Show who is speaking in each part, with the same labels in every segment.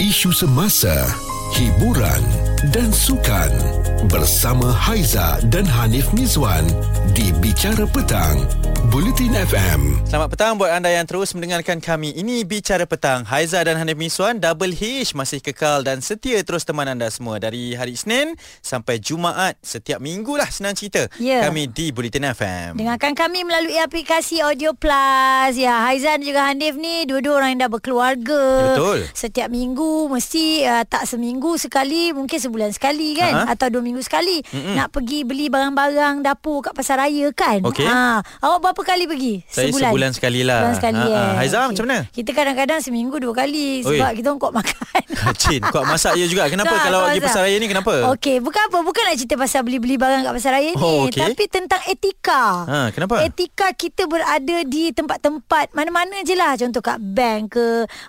Speaker 1: isu semasa, hiburan dan sukan bersama Haiza dan Hanif Mizwan di Bicara Petang, Bulletin FM.
Speaker 2: Selamat petang buat anda yang terus mendengarkan kami. Ini Bicara Petang. Haiza dan Hanif Miswan, Double H masih kekal dan setia terus teman anda semua. Dari hari Senin sampai Jumaat, setiap minggu lah senang cerita.
Speaker 3: Ya.
Speaker 2: Kami di Bulletin FM.
Speaker 3: Dengarkan kami melalui aplikasi Audio Plus. Ya, Haizan dan juga Hanif ni dua-dua orang yang dah berkeluarga.
Speaker 2: Ya, Betul.
Speaker 3: Setiap minggu mesti uh, tak seminggu sekali, mungkin sebulan sekali kan
Speaker 2: Ha.
Speaker 3: uh-huh. atau dua minggu sekali Mm-mm. nak pergi beli barang-barang dapur kat pasar raya kan.
Speaker 2: Okey.
Speaker 3: Ha, awak berapa kali pergi?
Speaker 2: Saya sebulan sekali lah.
Speaker 3: Sebulan sekali.
Speaker 2: Ha,
Speaker 3: Ha,
Speaker 2: ha.
Speaker 3: eh.
Speaker 2: Haizan,
Speaker 3: Okey.
Speaker 2: macam mana?
Speaker 3: Kita kadang-kadang seminggu dua kali sebab
Speaker 2: Oi.
Speaker 3: kita orang kuat makan.
Speaker 2: Cin, kau masak you juga. Kenapa
Speaker 3: Tak,
Speaker 2: kalau
Speaker 3: tak
Speaker 2: awak pergi
Speaker 3: masak.
Speaker 2: pasar raya ni kenapa?
Speaker 3: Okey, bukan apa, bukan nak cerita pasal beli-beli barang kat pasar raya ni,
Speaker 2: Oh, okey.
Speaker 3: tapi tentang etika.
Speaker 2: Ha, kenapa?
Speaker 3: Etika kita berada di tempat-tempat mana-mana je lah. Contoh kat bank ke.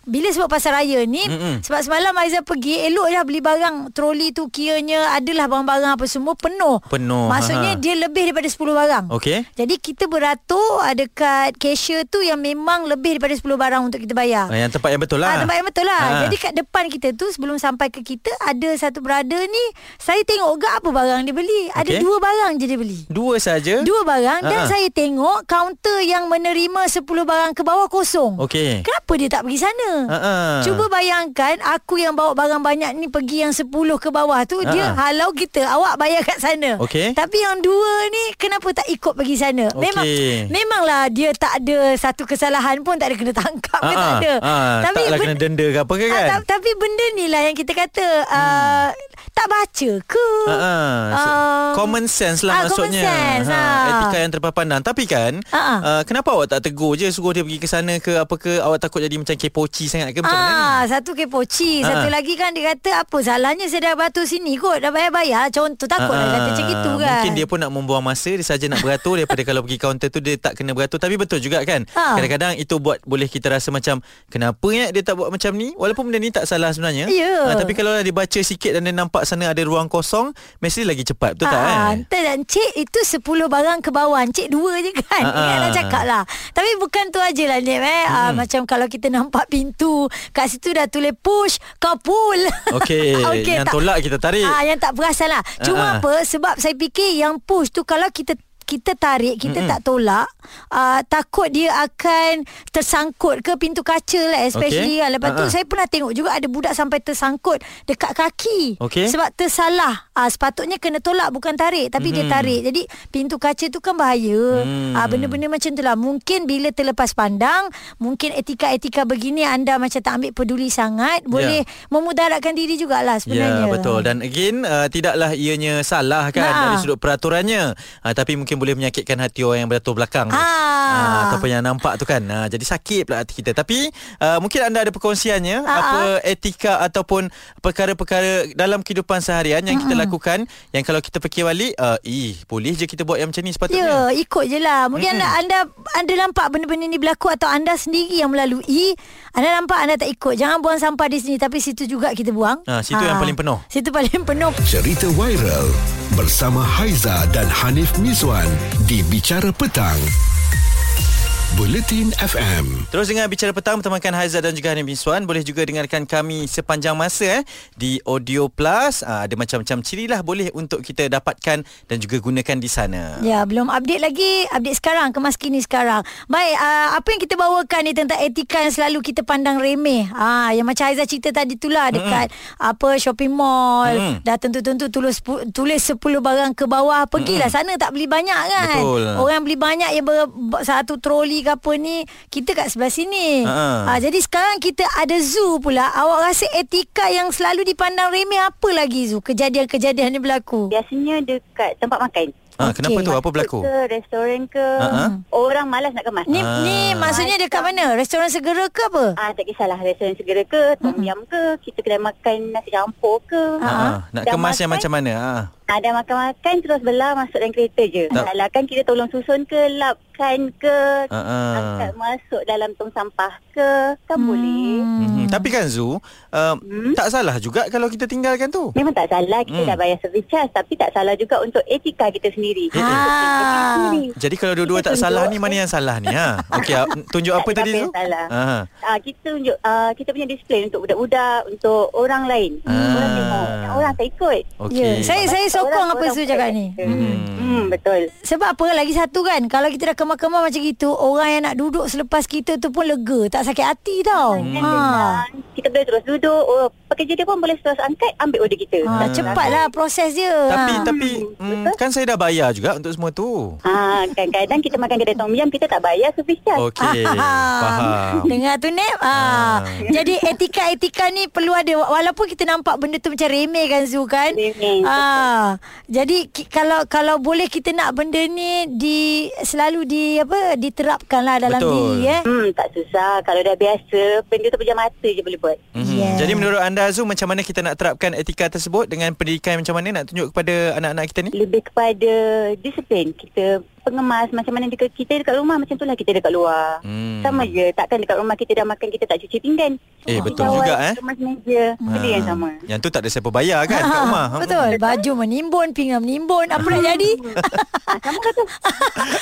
Speaker 3: Bila sebab pasar raya ni,
Speaker 2: Mm-mm.
Speaker 3: Mm-mm. sebab semalam Aizah pergi, elok lah beli barang. Troli tu kiranya adalah barang-barang apa semua penuh.
Speaker 2: Penuh,
Speaker 3: Maksudnya
Speaker 2: ha.
Speaker 3: dia lebih daripada 10 barang.
Speaker 2: Okey.
Speaker 3: Jadi kita beratur ah, dekat cashier tu yang memang lebih daripada 10 barang untuk kita bayar.
Speaker 2: Ah, Yang tempat yang betul lah.
Speaker 3: Ah, tempat yang betul lah.
Speaker 2: Ah.
Speaker 3: Jadi kat depan kita tu sebelum sampai ke kita ada satu brother ni, saya tengok gak apa barang dia beli. Ada
Speaker 2: Okey.
Speaker 3: dua barang je dia beli.
Speaker 2: Dua saja.
Speaker 3: Dua barang dan
Speaker 2: Ah.
Speaker 3: saya tengok kaunter yang menerima 10 barang ke bawah kosong.
Speaker 2: Okey.
Speaker 3: Kenapa dia tak pergi sana?
Speaker 2: Ah.
Speaker 3: Cuba bayangkan aku yang bawa barang banyak ni pergi yang 10 ke bawah tu
Speaker 2: Ah.
Speaker 3: dia halau kita awak bayar kat sana.
Speaker 2: Okey.
Speaker 3: Tapi yang dua ni kenapa tak ikut pergi sana? Memang
Speaker 2: Okey.
Speaker 3: memanglah dia tak ada satu kesalahan pun tak ada kena tangkap ke
Speaker 2: Ah,
Speaker 3: tak ada.
Speaker 2: ah, taklah
Speaker 3: ben-
Speaker 2: kena denda ke apa ke
Speaker 3: Ah,
Speaker 2: kan?
Speaker 3: ta- tapi benda ni lah yang kita kata uh, tak baca ke?
Speaker 2: Ha, ha. So,
Speaker 3: Um,
Speaker 2: common sense lah
Speaker 3: ah,
Speaker 2: maksudnya.
Speaker 3: common sense,
Speaker 2: Ha,
Speaker 3: ah.
Speaker 2: Etika yang terpapar pandang. Tapi kan,
Speaker 3: Ah, ah.
Speaker 2: uh, kenapa awak tak tegur je suruh dia pergi ke sana ke apa ke? Awak takut jadi macam kepoci sangat ke macam mana lah ni?
Speaker 3: Ah, satu kepoci,
Speaker 2: Ah.
Speaker 3: satu lagi kan dia kata apa salahnya saya dah batu sini kot, dah bayar-bayar. Contoh takut lah dia kata macam
Speaker 2: Ah,
Speaker 3: itu kan.
Speaker 2: Mungkin dia pun nak membuang masa Dia saja nak beratur Daripada kalau pergi kaunter tu Dia tak kena beratur Tapi betul juga kan
Speaker 3: Ah.
Speaker 2: Kadang-kadang itu buat Boleh kita rasa macam Kenapa ya dia tak buat macam ni Walaupun benda ni tak salah sebenarnya Ah,
Speaker 3: Ya.
Speaker 2: Tapi kalau lah dia baca sikit Dan dia nampak sana ada ruang kosong Mesti lagi cepat Betul tak
Speaker 3: Ah,
Speaker 2: kan
Speaker 3: Hantar dan cik itu 10 barang ke bawah. Cik dua je kan.
Speaker 2: Ah,
Speaker 3: Ingat nak
Speaker 2: ah. Hmm.
Speaker 3: cakap lah. Tapi bukan tu aje lah Nip eh. Ah, macam kalau kita nampak pintu. Kat situ dah tulis push. Kau pull.
Speaker 2: Okey,
Speaker 3: Okey,
Speaker 2: yang
Speaker 3: tak-
Speaker 2: tolak kita tarik.
Speaker 3: Ah, yang tak perasan lah.
Speaker 2: Ah, ah.
Speaker 3: Cuma apa? Sebab saya fikir yang push tu kalau kita kita tarik kita mm tak tolak uh, takut dia akan tersangkut ke pintu kaca lah especially
Speaker 2: Okey.
Speaker 3: okay. kan lepas tu
Speaker 2: Ah, ah.
Speaker 3: saya pernah tengok juga ada budak sampai tersangkut dekat kaki
Speaker 2: Okey.
Speaker 3: sebab tersalah uh, sepatutnya kena tolak bukan tarik tapi mm-hmm. dia tarik jadi pintu kaca tu kan bahaya
Speaker 2: Hmm.
Speaker 3: Ah, benda-benda macam tu lah mungkin bila terlepas pandang mungkin etika-etika begini anda macam tak ambil peduli sangat boleh memudaratkan diri jugalah
Speaker 2: Ya
Speaker 3: sebenarnya.
Speaker 2: betul dan again uh, tidaklah ianya salah kan
Speaker 3: Ha.
Speaker 2: dari sudut peraturannya uh, tapi mungkin boleh menyakitkan hati orang yang beratur belakang. tu.
Speaker 3: Ha.
Speaker 2: Ah, ataupun yang nampak tu kan. Ah, jadi sakit pula hati kita. Tapi uh, mungkin anda ada perkongsiannya
Speaker 3: Ha,
Speaker 2: apa etika ataupun perkara-perkara dalam kehidupan seharian yang kita lakukan yang kalau kita fikir balik uh, ih boleh je kita buat yang macam ni sepatutnya.
Speaker 3: Ya, ikut je lah. Mungkin mm anda anda nampak benda-benda ni berlaku atau anda sendiri yang melalui, anda nampak anda tak ikut. Jangan buang sampah di sini tapi situ juga kita buang.
Speaker 2: Ah, situ yang paling penuh.
Speaker 3: Situ paling penuh.
Speaker 1: Cerita viral bersama Haiza dan Hanif Mizwan di Bicara Petang. Bulletin FM.
Speaker 2: Terus dengar Bicara Petang bertemankan Haizat dan juga Hanim Miswan. Boleh juga dengarkan kami sepanjang masa eh, di Audio Plus. Ah, ada macam-macam ciri lah boleh untuk kita dapatkan dan juga gunakan di sana.
Speaker 3: Ya, belum update lagi. Update sekarang, kemas kini sekarang. Baik, uh, apa yang kita bawakan ni tentang etika yang selalu kita pandang remeh. Ah, yang macam Aizah cerita tadi tu lah dekat apa shopping mall.
Speaker 2: Mm-mm.
Speaker 3: Dah tentu-tentu tulis pu- tulis 10 barang ke bawah. Pergilah sana tak beli banyak kan.
Speaker 2: Betul.
Speaker 3: Orang beli banyak yang ber, ber- satu troli ke apa ni, kita kat sebelah sini.
Speaker 2: Ha.
Speaker 3: Ah, jadi sekarang kita ada zoo pula. Awak rasa etika yang selalu dipandang remeh apa lagi zoo? Kejadian-kejadian yang berlaku.
Speaker 4: Biasanya dekat tempat makan.
Speaker 2: Ah,
Speaker 3: Okey.
Speaker 2: kenapa tu? Apa berlaku?
Speaker 4: Ke restoran ke.
Speaker 2: Ha-ha.
Speaker 4: Orang malas nak kemas.
Speaker 3: Ni,
Speaker 2: Ah.
Speaker 3: ah. ni maksudnya dekat mana? Restoran segera ke apa?
Speaker 4: Ah tak kisahlah restoran segera ke, tom yam ke, kita kedai makan nasi campur
Speaker 2: Ah,
Speaker 4: ke.
Speaker 2: ah. nak
Speaker 4: Dah
Speaker 2: kemas yang
Speaker 4: makan,
Speaker 2: macam mana? Ah.
Speaker 4: Ha, dah makan-makan terus belah masuk dalam kereta je.
Speaker 2: Tak.
Speaker 4: Tak. Lah, kan kita tolong susun ke, lapkan ke,
Speaker 2: Ha, ha.
Speaker 4: angkat masuk dalam tong sampah ke. Kan hmm. boleh.
Speaker 2: Hmm. Tapi kan Zu, uh, hmm? tak salah juga kalau kita tinggalkan tu.
Speaker 4: Memang tak salah kita
Speaker 2: Hmm.
Speaker 4: hmm. dah bayar service charge tapi tak salah juga untuk etika kita sendiri.
Speaker 2: Eh,
Speaker 3: Ah.
Speaker 2: Jadi kalau dua-dua
Speaker 4: Kita
Speaker 2: tak salah
Speaker 4: tunjuk,
Speaker 2: ni mana yang salah ni ha? Okey, ah, tunjuk apa
Speaker 4: Tak ada
Speaker 2: tadi
Speaker 4: apa
Speaker 2: tu?
Speaker 4: yang salah.
Speaker 2: Ha.
Speaker 4: Ah kita tunjuk ah, kita punya display untuk budak-budak, untuk orang lain.
Speaker 2: Ah.
Speaker 4: Orang tengok, orang tak ikut.
Speaker 3: Ya,
Speaker 2: Okey.
Speaker 3: saya saya sokong
Speaker 4: Orang-
Speaker 3: apa
Speaker 4: orang
Speaker 3: Su
Speaker 4: bukan
Speaker 3: cakap ni.
Speaker 4: kita. Hmm, betul.
Speaker 3: Sebab apa lagi satu kan Kalau kita dah kemar-kemar macam gitu Orang yang nak duduk selepas kita tu pun lega Tak sakit hati tau
Speaker 2: Hmm.
Speaker 4: Dan
Speaker 3: ha.
Speaker 4: senang. Kita boleh terus duduk. Oh, pekerja dia pun boleh terus angkat ambil order kita.
Speaker 3: ha. Cepatlah proses dia
Speaker 2: Tapi
Speaker 3: ha.
Speaker 2: tapi
Speaker 4: Hmm.
Speaker 2: mm, kan saya dah bayar juga untuk semua tu.
Speaker 4: Ah, kadang-kadang kita makan kedai tom yum kita tak bayar service charge.
Speaker 2: Okey, faham.
Speaker 3: Ha.
Speaker 2: Mhm. Ah.
Speaker 3: Dengar tu Nep ha. Jadi etika-etika ni perlu ada Walaupun kita nampak benda tu macam remeh kan Zu kan
Speaker 4: Remeh,
Speaker 3: ha. Jadi ki, kalau kalau boleh kita nak benda ni di Selalu di apa Diterapkan lah dalam
Speaker 2: Betul.
Speaker 3: diri eh.
Speaker 4: Hmm, tak susah. Kalau dah biasa, benda tu pejam mata je boleh buat.
Speaker 2: Mhm.
Speaker 3: Yeah.
Speaker 2: Jadi menurut anda Azul macam mana kita nak terapkan etika tersebut dengan pendidikan macam mana nak tunjuk kepada anak-anak kita ni?
Speaker 4: Lebih kepada disiplin. Kita pengemas macam mana dekat, kita dekat rumah, macam itulah kita dekat luar.
Speaker 2: Hmm.
Speaker 4: Sama je. Takkan dekat rumah kita dah makan, kita tak cuci pinggan.
Speaker 2: Eh,
Speaker 4: Kita
Speaker 2: betul
Speaker 4: awal
Speaker 2: juga, eh.
Speaker 4: Kemas meja. Hmm. Benda yang sama.
Speaker 2: Yang tu tak ada siapa bayar kan kat
Speaker 3: Ha,
Speaker 2: rumah.
Speaker 3: Ya, Betul Baju menimbun Pinggan menimbun Apa nak jadi
Speaker 4: Ah, sama kata.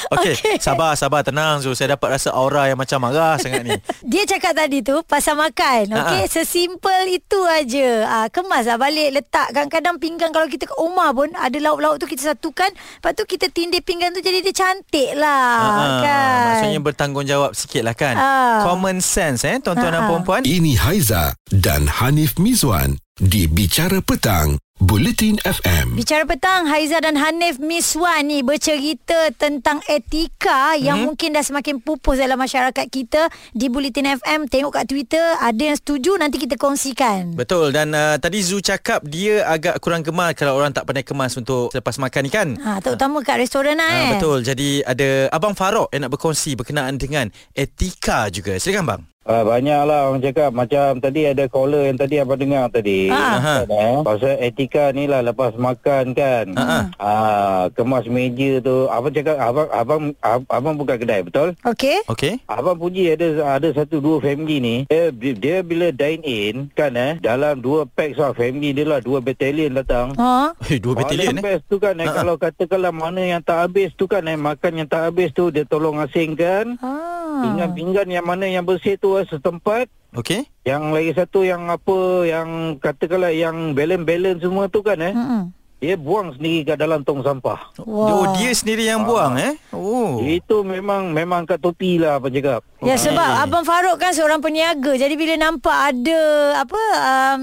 Speaker 2: Okey, okay. sabar sabar tenang Zul. Saya dapat rasa aura yang macam marah sangat ni.
Speaker 3: Dia cakap tadi tu pasal
Speaker 2: Ah,
Speaker 3: makan. Okey,
Speaker 2: Ha-ha.
Speaker 3: sesimpel itu aja. Ah kemaslah balik letak kadang-kadang pinggan kalau kita kat rumah pun ada lauk-lauk tu kita satukan, lepas tu kita tindih pinggan tu jadi dia cantik lah
Speaker 2: Ah,
Speaker 3: kan.
Speaker 2: Maksudnya bertanggungjawab sikit lah kan.
Speaker 3: Ah.
Speaker 2: Common sense eh tuan-tuan dan
Speaker 3: Ah.
Speaker 2: puan-puan.
Speaker 1: Ini Haiza dan Hanif Mizwan di Bicara Petang, Bulletin FM.
Speaker 3: Bicara petang Haiza dan Hanif Miswan ni bercerita tentang etika yang
Speaker 2: Hmm.
Speaker 3: mungkin dah semakin pupus dalam masyarakat kita di Bulletin FM tengok kat Twitter ada yang setuju nanti kita kongsikan.
Speaker 2: Betul dan uh, tadi Zu cakap dia agak kurang gemar kalau orang tak pandai kemas untuk selepas makan ni kan.
Speaker 3: Ha terutama kat restoran lah eh.
Speaker 2: Ah, betul. Jadi ada Abang Farok yang nak berkongsi berkenaan dengan etika juga. Silakan Bang.
Speaker 5: Ah, banyaklah orang cakap macam tadi ada caller yang tadi apa dengar tadi.
Speaker 2: Ah.
Speaker 5: Kan, eh? Pasal etika ni lah lepas makan kan.
Speaker 2: Ah.
Speaker 5: Ah, kemas meja tu. Abang cakap abang abang ab- abang buka kedai betul?
Speaker 3: Okey.
Speaker 2: Okey.
Speaker 5: Abang puji ada ada satu dua family ni. Dia, dia bila dine in kan eh dalam dua pack lah family dia lah dua battalion datang.
Speaker 3: Ha.
Speaker 2: Hei, dua
Speaker 5: Paling
Speaker 2: batalion eh.
Speaker 5: best tu kan eh,
Speaker 2: Ah, ah.
Speaker 5: kalau katakanlah mana yang tak habis tu kan eh makan yang tak habis tu dia tolong asingkan.
Speaker 3: Ha.
Speaker 2: Ah.
Speaker 5: Pinggan-pinggan yang mana yang bersih tu eh, setempat
Speaker 2: Okey.
Speaker 5: Yang lagi satu yang apa yang katakanlah yang balance-balance semua tu kan eh.
Speaker 3: Mm-mm.
Speaker 5: Dia buang sendiri kat dalam tong sampah.
Speaker 3: Wah.
Speaker 2: Oh, dia sendiri yang buang eh. Oh.
Speaker 5: Itu memang memang kat topi lah apa cakap.
Speaker 3: Ya sebab abang Faruk kan seorang peniaga. Jadi bila nampak ada apa um,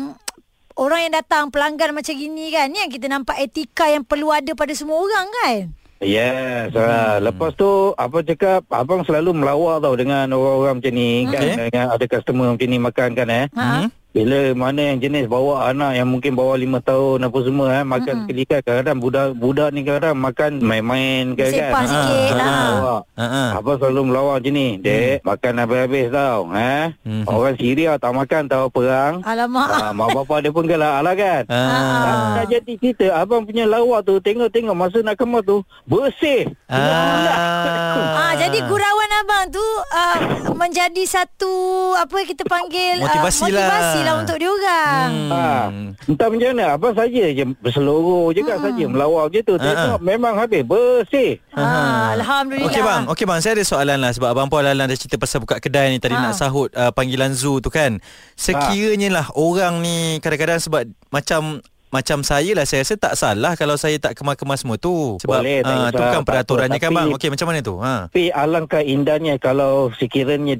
Speaker 3: orang yang datang pelanggan macam gini kan, ni yang kita nampak etika yang perlu ada pada semua orang kan.
Speaker 5: Yes. Hmm. Lepas tu abang cakap abang selalu melawak tau dengan orang-orang macam ni kan
Speaker 2: Okey.
Speaker 5: dengan ada customer macam ni makan kan eh.
Speaker 3: Hmm. Eh? Ha.
Speaker 2: Hmm.
Speaker 5: Bila mana yang jenis bawa anak yang mungkin bawa lima tahun apa semua eh makan
Speaker 3: Hmm.
Speaker 5: sekali kan kadang-kadang budak budak ni kadang makan main-main kan kan.
Speaker 3: Sepah sikit. Ha.
Speaker 5: Melawak.
Speaker 2: Ha ah.
Speaker 5: Abang selalu melawan je ni Dek hmm. Makan habis-habis tau eh?
Speaker 2: Hmm.
Speaker 5: hmm. Orang Syria tak makan tau perang
Speaker 3: Alamak.
Speaker 5: ah, Mak bapa dia pun galak-galak kan
Speaker 2: Ah.
Speaker 5: Tak jadi cerita Abang punya lawak tu Tengok-tengok Masa nak kemas tu Bersih
Speaker 2: Ah.
Speaker 3: Ah, jadi gurauan abang tu uh, menjadi satu apa kita panggil
Speaker 2: Motivasi lah.
Speaker 3: motivasi lah untuk dia orang. Hmm.
Speaker 5: Ah, entah macam mana Abang saja je Berseluruh je
Speaker 2: Hmm.
Speaker 5: kan saja Melawak je
Speaker 2: Ah,
Speaker 5: tu Tengok memang habis Bersih
Speaker 3: Ah, alhamdulillah.
Speaker 2: Okey bang, okey bang, saya ada soalan lah sebab abang Puan Lalan dah cerita pasal buka kedai ni tadi
Speaker 3: Ha.
Speaker 2: nak sahut uh, panggilan zoo tu kan. Sekiranya lah orang ni kadang-kadang sebab macam macam saya lah saya rasa tak salah kalau saya tak kemas-kemas semua tu sebab
Speaker 5: Boleh, tak
Speaker 2: ah,
Speaker 5: kisah,
Speaker 2: tu
Speaker 5: tak
Speaker 2: kan
Speaker 5: apa.
Speaker 2: peraturannya kan
Speaker 5: Tapi-
Speaker 2: bang. Okey macam mana tu? Ha.
Speaker 5: tapi alangkah indahnya kalau sekiranya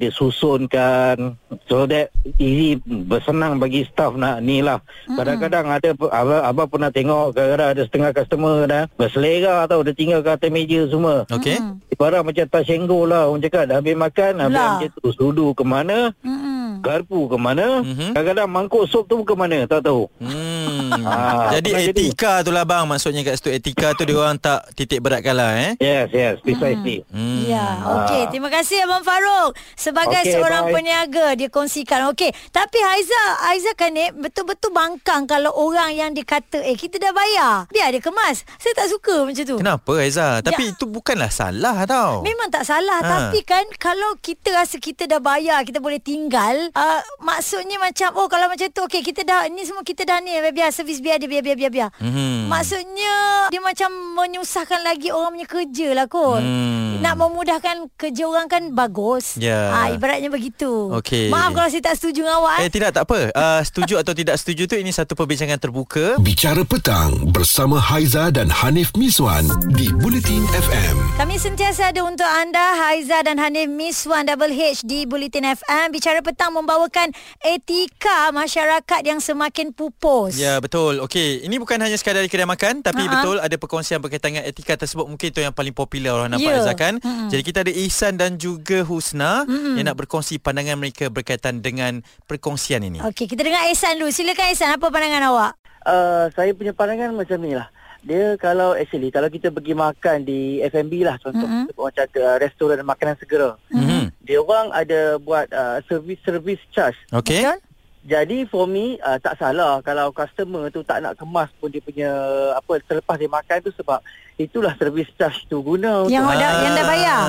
Speaker 5: disusunkan so that easy bersenang bagi staff nak ni lah.
Speaker 2: Hmm.
Speaker 5: Kadang-kadang ada abang, abang pernah tengok kadang-kadang ada setengah customer dah berselera tau dia tinggal kat atas meja semua.
Speaker 2: Okey.
Speaker 3: Hmm.
Speaker 5: Eh, Barang macam tas senggol lah orang cakap dah habis makan habis
Speaker 3: Lah.
Speaker 5: macam tu sudu ke mana
Speaker 3: Mm-mm.
Speaker 5: garpu ke mana
Speaker 2: Mhm.
Speaker 5: kadang-kadang mangkuk sup tu ke mana tak tahu.
Speaker 2: Hmm. Hmm.
Speaker 5: Ah,
Speaker 2: Jadi
Speaker 5: pernah jadi.
Speaker 2: etika tu lah bang Maksudnya kat situ etika tu Dia orang tak titik beratkan lah eh
Speaker 5: Yes, yes, precisely.
Speaker 2: Hmm.
Speaker 3: Ya, okey. Terima kasih Abang Faruk sebagai okay,
Speaker 5: Okey,
Speaker 3: seorang
Speaker 5: bye.
Speaker 3: peniaga dia kongsikan. Okey, tapi Haiza, Haiza kan ni betul-betul bangkang kalau orang yang dia kata, "Eh, kita dah bayar." Biar dia kemas. Saya tak suka macam tu.
Speaker 2: Kenapa Aiza?
Speaker 3: Ya.
Speaker 2: Tapi itu bukanlah salah tau
Speaker 3: Memang tak salah
Speaker 2: Ha.
Speaker 3: ha. Tapi kan Kalau kita rasa kita dah bayar Kita boleh tinggal uh, Maksudnya macam Oh kalau macam tu Okay kita dah Ni semua kita dah ni Biar servis biar dia Biar biar biar, biar.
Speaker 2: Hmm.
Speaker 3: Maksudnya Dia macam menyusahkan lagi Orang punya kerja lah kot
Speaker 2: Hmm.
Speaker 3: Nak memudahkan kerja orang kan Bagus
Speaker 2: Ya.
Speaker 3: ha, Ibaratnya begitu
Speaker 2: Okey.
Speaker 3: Maaf kalau saya tak setuju dengan
Speaker 2: Eh
Speaker 3: awak eh.
Speaker 2: tidak tak apa uh, Setuju atau tidak setuju tu Ini satu perbincangan terbuka
Speaker 1: Bicara Petang bersama Haiza dan Hanif Miswan di Bulletin FM.
Speaker 3: Kami sentiasa ada untuk anda Haiza dan Hanif Miss Wan Double H di Bulletin FM Bicara Petang membawakan etika masyarakat yang semakin pupus
Speaker 2: Ya betul Okey Ini bukan hanya sekadar di kedai makan Tapi
Speaker 3: Ha-ha.
Speaker 2: betul Ada perkongsian berkaitan dengan etika tersebut Mungkin itu yang paling popular Orang nampak
Speaker 3: Ya.
Speaker 2: Aizah kan Jadi kita ada Ihsan dan juga Husna Yang nak berkongsi pandangan mereka Berkaitan dengan perkongsian ini
Speaker 3: Okey, kita dengar Ehsan dulu. Silakan Ehsan, apa pandangan awak?
Speaker 5: Uh, saya punya pandangan macam ni lah. Dia kalau actually kalau kita pergi makan di F&B lah contoh mm-hmm. macam uh, restoran makanan segera.
Speaker 2: Mhm.
Speaker 5: Dia orang ada buat uh, service service charge.
Speaker 2: Okey
Speaker 3: Betul?
Speaker 5: Jadi for me uh, tak salah kalau customer tu tak nak kemas pun dia punya apa selepas dia makan tu sebab itulah service charge tu guna.
Speaker 3: Yang awak dah
Speaker 2: Ah.
Speaker 3: yang dah bayar.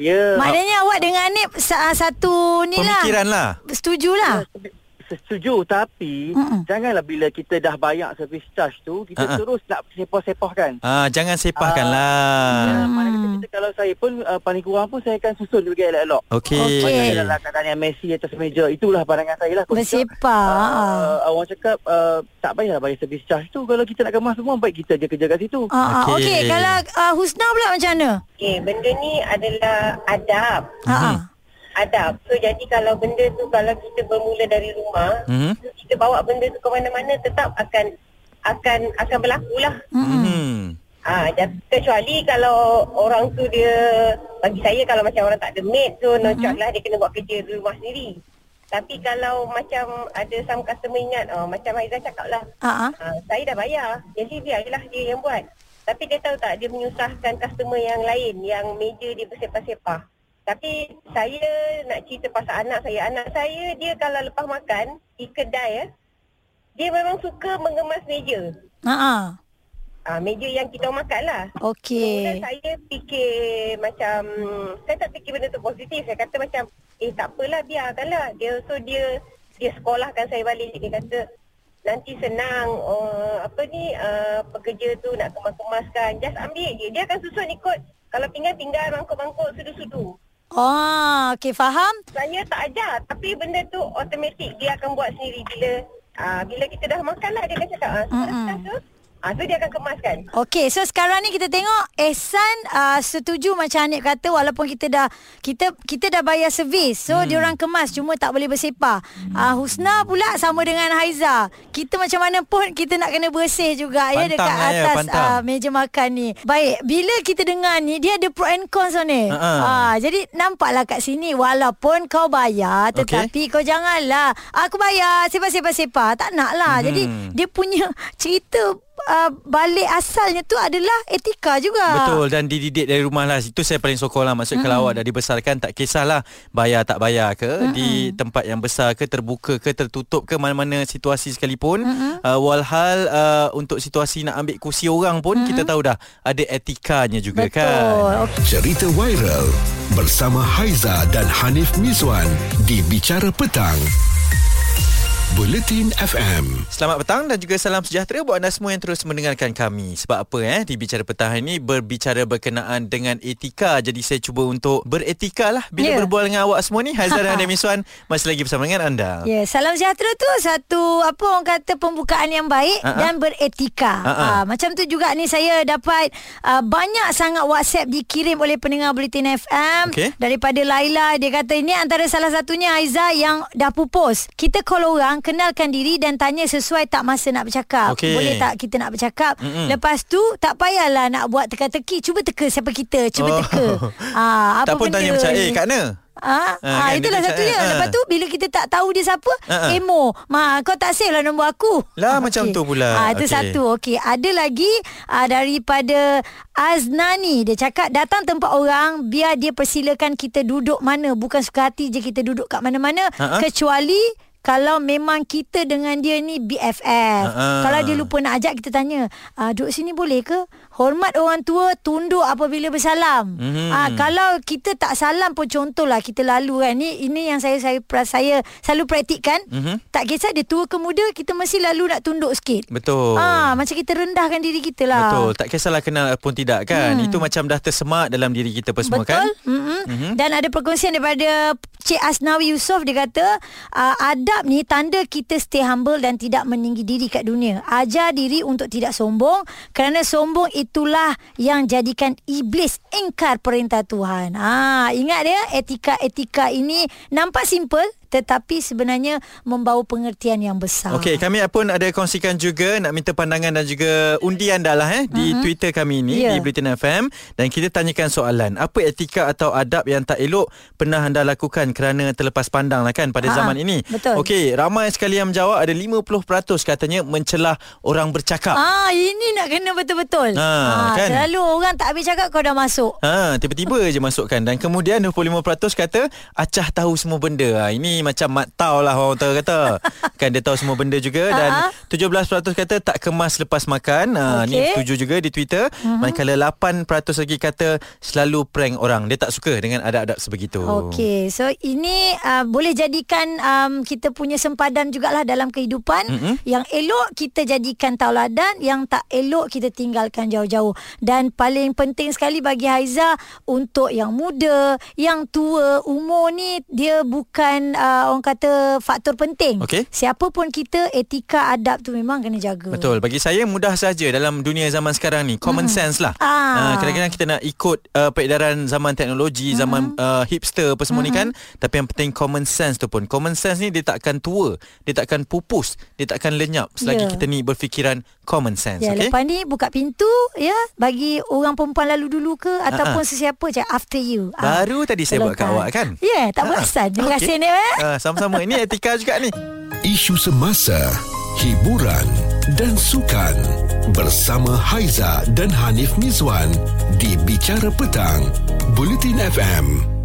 Speaker 5: Ya.
Speaker 3: Maknanya awak dengan Anip sa- satu ni lah.
Speaker 2: Pemikiran lah
Speaker 3: Setuju lah.
Speaker 5: Setuju tapi
Speaker 3: Mm-mm.
Speaker 5: Mm-mm. janganlah bila kita dah bayar service charge tu kita
Speaker 2: Ha-ha.
Speaker 5: uh-uh. terus nak sepoh-sepohkan.
Speaker 2: Ah, jangan sepahkan lah.
Speaker 3: Ah.
Speaker 5: Uh, mana kata kita kalau saya pun uh, paling kurang pun saya akan susun dia bagi elok-elok.
Speaker 2: Okey.
Speaker 3: Okey.
Speaker 5: Saya dalam keadaan yang Messi atas meja Itulah pandangan saya lah Kalau cakap,
Speaker 3: Ah, Bersepak.
Speaker 5: uh, Orang cakap uh, Tak payahlah bayar service charge tu Kalau kita nak kemas semua Baik kita je kerja kat situ
Speaker 3: Ah, ah,
Speaker 2: Okey.
Speaker 3: Okey, kalau ah, Husna pula macam mana?
Speaker 4: Okey, Eh, benda ni adalah adab.
Speaker 3: Ha ah.
Speaker 4: Adab. So, jadi kalau benda tu, kalau kita bermula dari rumah,
Speaker 2: Mhm.
Speaker 4: kita bawa benda tu ke mana-mana, tetap akan akan akan berlaku lah.
Speaker 2: Hmm.
Speaker 4: Ah, ja- kecuali kalau orang tu dia bagi saya kalau macam orang tak ada maid tu no job lah dia kena buat kerja di rumah sendiri. Tapi kalau macam ada some customer ingat oh, macam Aizah cakap lah
Speaker 3: Ha ah.
Speaker 4: ah, saya dah bayar jadi biarlah dia yang buat. Tapi dia tahu tak dia menyusahkan customer yang lain yang meja dia bersepah-sepah. Tapi saya nak cerita pasal anak saya. Anak saya dia kalau lepas makan di kedai eh, dia memang suka mengemas meja.
Speaker 3: Ha ah.
Speaker 4: Ah, meja yang kita orang makan lah. Kemudian
Speaker 3: Okey.
Speaker 4: saya fikir macam saya tak fikir benda tu positif. Saya kata macam eh tak apalah biarkanlah. Dia so dia dia sekolahkan saya balik. Dia kata nanti senang uh, apa ni uh, pekerja tu nak kemas-kemaskan. Just ambil je. Dia akan susun ikut kalau pinggan-pinggan, mangkuk-mangkuk, sudu-sudu.
Speaker 3: Oh, okey faham?
Speaker 4: Saya tak ajar tapi benda tu automatik dia akan buat sendiri bila uh, bila kita dah makan lah dia akan cakap ah
Speaker 3: Mm-mm.
Speaker 4: uh, tu. Ah tu dia akan kemaskan.
Speaker 3: Okey, so sekarang ni kita tengok Ehsan uh, setuju macam Anip kata walaupun kita dah kita kita dah bayar servis. So hmm. diorang kemas cuma tak boleh bersepah. Uh, Husna pula sama dengan Haiza. Kita macam mana pun kita nak kena bersih juga ya
Speaker 2: Pantang
Speaker 3: dekat
Speaker 2: lah ya,
Speaker 3: atas
Speaker 2: pantang.
Speaker 3: ah, meja makan ni. Baik, bila kita dengar ni dia ada pro and cons tau ni.
Speaker 2: Ha-ha.
Speaker 3: Ah, jadi nampaklah kat sini walaupun kau bayar
Speaker 2: Okey.
Speaker 3: tetapi kau janganlah aku bayar sepah-sepah-sepah. Tak naklah. Hmm. Jadi dia punya cerita uh, balik asalnya tu adalah etika juga.
Speaker 2: Betul dan dididik dari rumah lah Itu saya paling sokong lah Maksud mm.
Speaker 3: Hmm.
Speaker 2: kalau awak dah dibesarkan Tak kisahlah Bayar tak bayar ke mm Di tempat yang besar ke Terbuka ke Tertutup ke Mana-mana situasi sekalipun
Speaker 3: Hmm.
Speaker 2: mm uh, Walhal uh, Untuk situasi nak ambil kursi orang pun mm Kita tahu dah Ada etikanya juga
Speaker 3: Hmm. Betul.
Speaker 2: kan
Speaker 3: Okey.
Speaker 1: Cerita viral bersama Haiza dan Hanif Miswan di Bicara Petang. Bulletin FM.
Speaker 2: Selamat petang dan juga salam sejahtera buat anda semua yang terus mendengarkan kami. Sebab apa eh, di Bicara Petang hari ini berbicara berkenaan dengan etika. Jadi saya cuba untuk beretika lah bila yeah.
Speaker 3: Ya.
Speaker 2: berbual dengan awak semua ni. Haizah dan Adam Iswan masih lagi bersama dengan anda.
Speaker 3: Ya, yeah, salam sejahtera tu satu apa orang kata pembukaan yang baik
Speaker 2: Ha-ha.
Speaker 3: uh-huh. dan beretika.
Speaker 2: Ha-ha.
Speaker 3: Uh, macam tu juga ni saya dapat uh, banyak sangat WhatsApp dikirim oleh pendengar Bulletin FM
Speaker 2: Okey.
Speaker 3: daripada Laila dia kata ini antara salah satunya Aiza yang dah pupus. Kita call orang kenalkan diri dan tanya sesuai tak masa nak bercakap.
Speaker 2: Okey.
Speaker 3: Boleh tak kita nak bercakap?
Speaker 2: Mm-mm.
Speaker 3: Lepas tu tak payahlah nak buat teka-teki, cuba teka siapa kita, cuba
Speaker 2: Oh.
Speaker 3: teka. Ah
Speaker 2: tak pun
Speaker 3: benda
Speaker 2: tanya macam,
Speaker 3: ni?
Speaker 2: eh Kak Na, Ah,
Speaker 3: Ah, ah,
Speaker 2: kan,
Speaker 3: itulah
Speaker 2: dia
Speaker 3: satunya.
Speaker 2: cakap, ah.
Speaker 3: Lepas tu bila kita tak tahu dia siapa,
Speaker 2: Ah, ah.
Speaker 3: emo. Ma, kau tak save lah nombor aku.
Speaker 2: Lah,
Speaker 3: Ah,
Speaker 2: macam
Speaker 3: okey.
Speaker 2: tu pula.
Speaker 3: Ah, itu
Speaker 2: Okey.
Speaker 3: satu. Okey, ada lagi ah, daripada Aznani. Dia cakap datang tempat orang biar dia persilakan kita duduk mana, bukan suka hati je kita duduk kat mana-mana
Speaker 2: Ah, ah.
Speaker 3: kecuali kalau memang kita dengan dia ni BFF.
Speaker 2: Ah, ah.
Speaker 3: Kalau dia lupa nak ajak kita tanya, ah, duduk sini boleh ke? Hormat orang tua, tunduk apabila bersalam.
Speaker 2: Mhm.
Speaker 3: Ah, kalau kita tak salam pun contohlah kita lalu kan. Ni ini yang saya saya pra- saya selalu praktikkan.
Speaker 2: Mhm.
Speaker 3: Tak kisah dia tua ke muda, kita mesti lalu nak tunduk sikit.
Speaker 2: Betul.
Speaker 3: Ah, macam kita rendahkan diri kita lah.
Speaker 2: Betul. Tak kisahlah kenal ataupun tidak kan. Hmm. Itu macam dah tersemak dalam diri kita apa semua kan.
Speaker 3: Betul. Mm-hmm. Mm-hmm. Dan ada perkongsian daripada Cik Asnawi Yusof dia kata, uh, adab ni tanda kita stay humble dan tidak meninggi diri kat dunia. Ajar diri untuk tidak sombong kerana sombong itulah yang jadikan iblis ingkar perintah Tuhan. Ah, ingat dia etika-etika ini nampak simple tetapi sebenarnya membawa pengertian yang besar.
Speaker 2: Okey, kami pun ada kongsikan juga nak minta pandangan dan juga undian dah lah eh di uh-huh. Twitter kami ni yeah.
Speaker 3: Ya.
Speaker 2: di Britain FM dan kita tanyakan soalan apa etika atau adab yang tak elok pernah anda lakukan kerana terlepas pandang lah kan pada
Speaker 3: Ha-ha,
Speaker 2: zaman ini.
Speaker 3: betul.
Speaker 2: Okey, ramai sekali yang menjawab ada 50% katanya mencelah orang bercakap.
Speaker 3: Ah, ini nak kena betul-betul.
Speaker 2: Ah, kan?
Speaker 3: Selalu orang tak habis cakap kau dah masuk.
Speaker 2: Ha, tiba-tiba je masukkan dan kemudian 25% kata acah tahu semua benda. Ha, ini macam mat tahu lah orang tahu kata. kan dia tahu semua benda juga dan
Speaker 3: Ha-ha.
Speaker 2: 17% kata tak kemas lepas makan. Ha, okay. Ni
Speaker 3: ha. Okey. Mhm.
Speaker 2: setuju juga di Twitter. Mm-hmm. Manakala 8% lagi kata selalu prank orang. Dia tak suka dengan adab-adab sebegitu.
Speaker 3: Okey, so ini uh, boleh jadikan um, kita punya sempadan jugalah dalam kehidupan.
Speaker 2: Mhm.
Speaker 3: Mm-hmm. Yang elok kita jadikan tauladan, yang tak elok kita tinggalkan jauh-jauh. Dan paling penting sekali bagi Haiza untuk yang muda, yang tua, umur ni dia bukan uh, orang kata faktor penting.
Speaker 2: Okey.
Speaker 3: Siapa pun kita etika adab tu memang kena jaga.
Speaker 2: Betul. Bagi saya mudah saja dalam dunia zaman sekarang ni. Common mm. sense lah.
Speaker 3: Ah. Hmm.
Speaker 2: Ah. kadang-kadang kita nak ikut uh, peredaran zaman teknologi, zaman uh, hipster apa semua mm. ni kan. Tapi yang penting common sense tu pun. Common sense ni dia takkan tua. Dia takkan pupus. Dia takkan lenyap. Selagi
Speaker 3: Ya.
Speaker 2: yeah. kita ni berfikiran common sense.
Speaker 3: Ya,
Speaker 2: okay?
Speaker 3: lepas ni buka pintu ya bagi orang perempuan lalu dulu ke ataupun sesiapa je after you. Ah.
Speaker 2: Baru tadi saya buat kat
Speaker 3: Tolongkan.
Speaker 2: awak kan?
Speaker 3: Ya, yeah, tak perasan. Terima
Speaker 2: Okey.
Speaker 3: kasih Nek. Eh?
Speaker 2: Ah, sama-sama. Ini etika juga ni.
Speaker 1: Isu semasa, hiburan dan sukan bersama Haiza dan Hanif Mizwan di Bicara Petang, Bulletin FM.